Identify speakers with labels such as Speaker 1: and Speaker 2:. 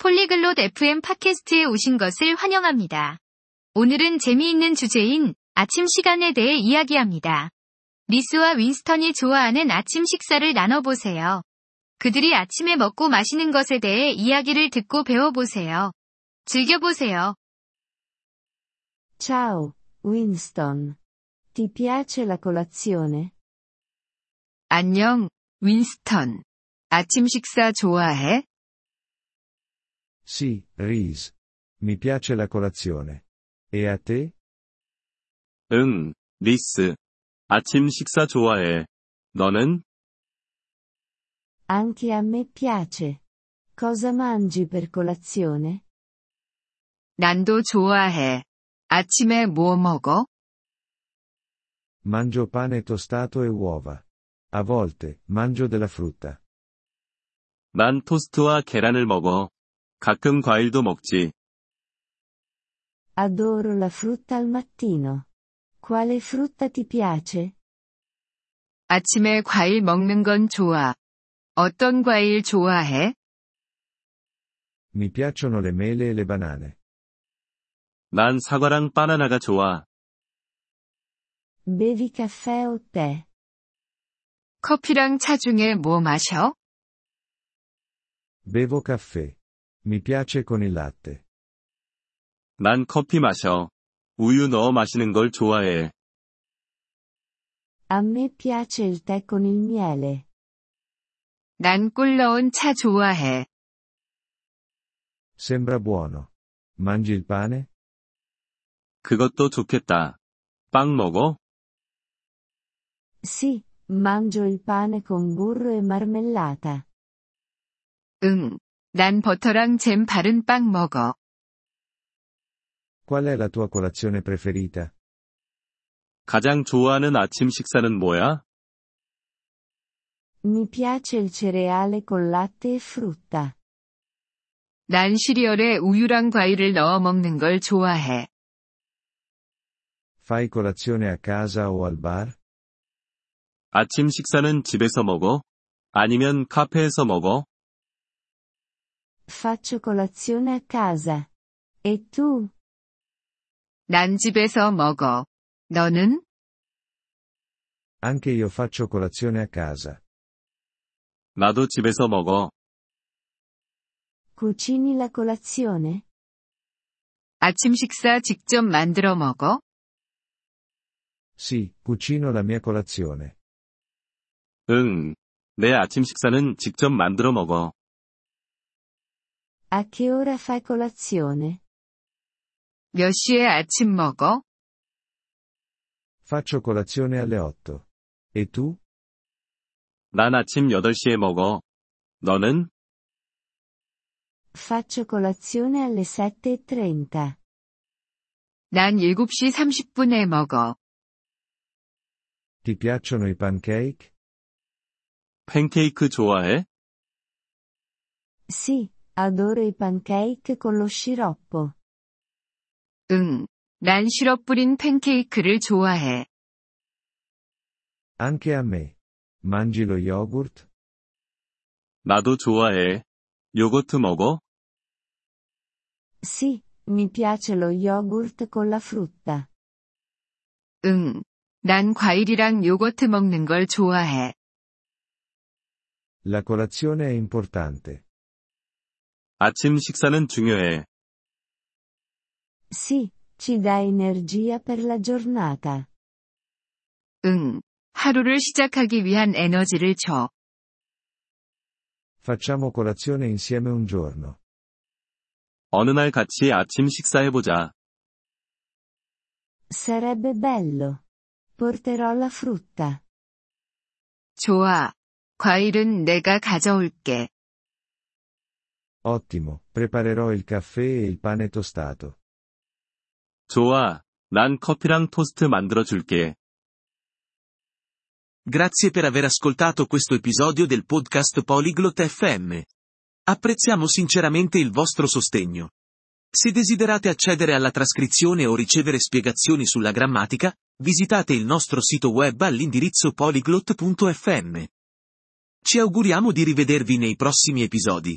Speaker 1: 폴리글롯 FM 팟캐스트에 오신 것을 환영합니다. 오늘은 재미있는 주제인 아침 시간에 대해 이야기합니다. 리스와 윈스턴이 좋아하는 아침 식사를 나눠보세요. 그들이 아침에 먹고 마시는 것에 대해 이야기를 듣고 배워보세요. 즐겨보세요.
Speaker 2: Ciao, Winston. Ti piace la colazione?
Speaker 1: 안녕, 윈스턴. 아침 식사 좋아해?
Speaker 3: Sì, Reese. Mi piace la colazione. E a te?
Speaker 4: 응, 리스. 아침 식사 좋아해. 너는?
Speaker 2: Anche a me piace. Cosa mangi per colazione?
Speaker 1: 난도 좋아해. 아침에 뭐 먹어?
Speaker 3: Mangio pane tostato e uova. A volte, mangio della frutta.
Speaker 4: 난 토스트와 계란을 먹어. 가끔 과일도 먹지.
Speaker 2: Adoro la frutta al mattino. Quale frutta ti piace?
Speaker 1: 아침에 과일 먹는 건 좋아. 어떤 과일 좋아해?
Speaker 3: Mi piacciono le mele e le banane.
Speaker 4: 난 사과랑 바나나가 좋아.
Speaker 2: Bevi caffè o tè?
Speaker 1: 커피랑 차 중에 뭐 마셔?
Speaker 3: Bevo caffè. Mi piace con il latte.
Speaker 4: 난 커피 마셔. 우유 넣어 마시는 걸 좋아해.
Speaker 2: A me piace il tè con il miele.
Speaker 1: 난 꿀 넣은 차 좋아해.
Speaker 3: Sembra buono. Mangi il pane?
Speaker 4: 그것도 좋겠다. 빵 먹어?
Speaker 2: Sì, mangio il pane con burro e marmellata.
Speaker 1: 응. 난 버터랑 잼 바른 빵 먹어.
Speaker 3: Qual è la tua colazione preferita?
Speaker 4: 가장 좋아하는 아침 식사는 뭐야?
Speaker 2: Mi piace il cereale con latte e frutta.
Speaker 1: 난 시리얼에 우유랑 과일을 넣어 먹는 걸 좋아해.
Speaker 3: Fai colazione a casa o al bar?
Speaker 4: 아침 식사는 집에서 먹어? 아니면 카페에서 먹어?
Speaker 2: Faccio colazione a casa. E tu?
Speaker 1: 난 집에서 먹어. 너는?
Speaker 3: Anche io faccio colazione a casa.
Speaker 4: 나도 집에서 먹어.
Speaker 2: Cucini la colazione?
Speaker 1: 아침 식사 직접 만들어 먹어?
Speaker 3: Sì, cucino la mia colazione.
Speaker 4: 응. 내 아침 식사는 직접 만들어 먹어.
Speaker 2: A che ora fai colazione?
Speaker 1: 몇 시에 아침 먹어?
Speaker 3: Faccio colazione alle 8. E tu?
Speaker 4: 난 아침 8시에 먹어. 너는?
Speaker 2: Faccio colazione alle e 7.30.
Speaker 1: 난 7시 30분에 먹어.
Speaker 3: Ti piacciono i pancake?
Speaker 4: 팬케이크 좋아해?
Speaker 2: Sì, adoro i pancake con lo sciroppo.
Speaker 1: 응. 난 시럽 뿌린 팬케이크를 좋아해.
Speaker 3: Anche a me. Mangi lo yogurt?
Speaker 4: 나도 좋아해. 요거트 먹어?
Speaker 2: Sì, mi piace lo yogurt con la frutta.
Speaker 1: 응. 난 과일이랑 요거트 먹는 걸 좋아해.
Speaker 3: La colazione è importante.
Speaker 4: 아침 식사는 중요해.
Speaker 2: Sì, ci dà energia per la giornata.
Speaker 1: 응. 하루를 시작하기 위한 에너지를 줘.
Speaker 3: Facciamo colazione insieme un giorno.
Speaker 4: 어느 날 같이 아침 식사해보자.
Speaker 2: Sarebbe bello. Porterò la frutta.
Speaker 1: 좋아. 과일은 내가 가져올게.
Speaker 3: Ottimo, preparerò il caffè e il pane tostato.
Speaker 4: 좋아. 난 커피랑 토스트 만들어 줄게.
Speaker 5: Grazie per aver ascoltato questo episodio del podcast Polyglot FM. Apprezziamo sinceramente il vostro sostegno. Se desiderate accedere alla trascrizione o ricevere spiegazioni sulla grammatica, visitate il nostro sito web all'indirizzo polyglot.fm. Ci auguriamo di rivedervi nei prossimi episodi.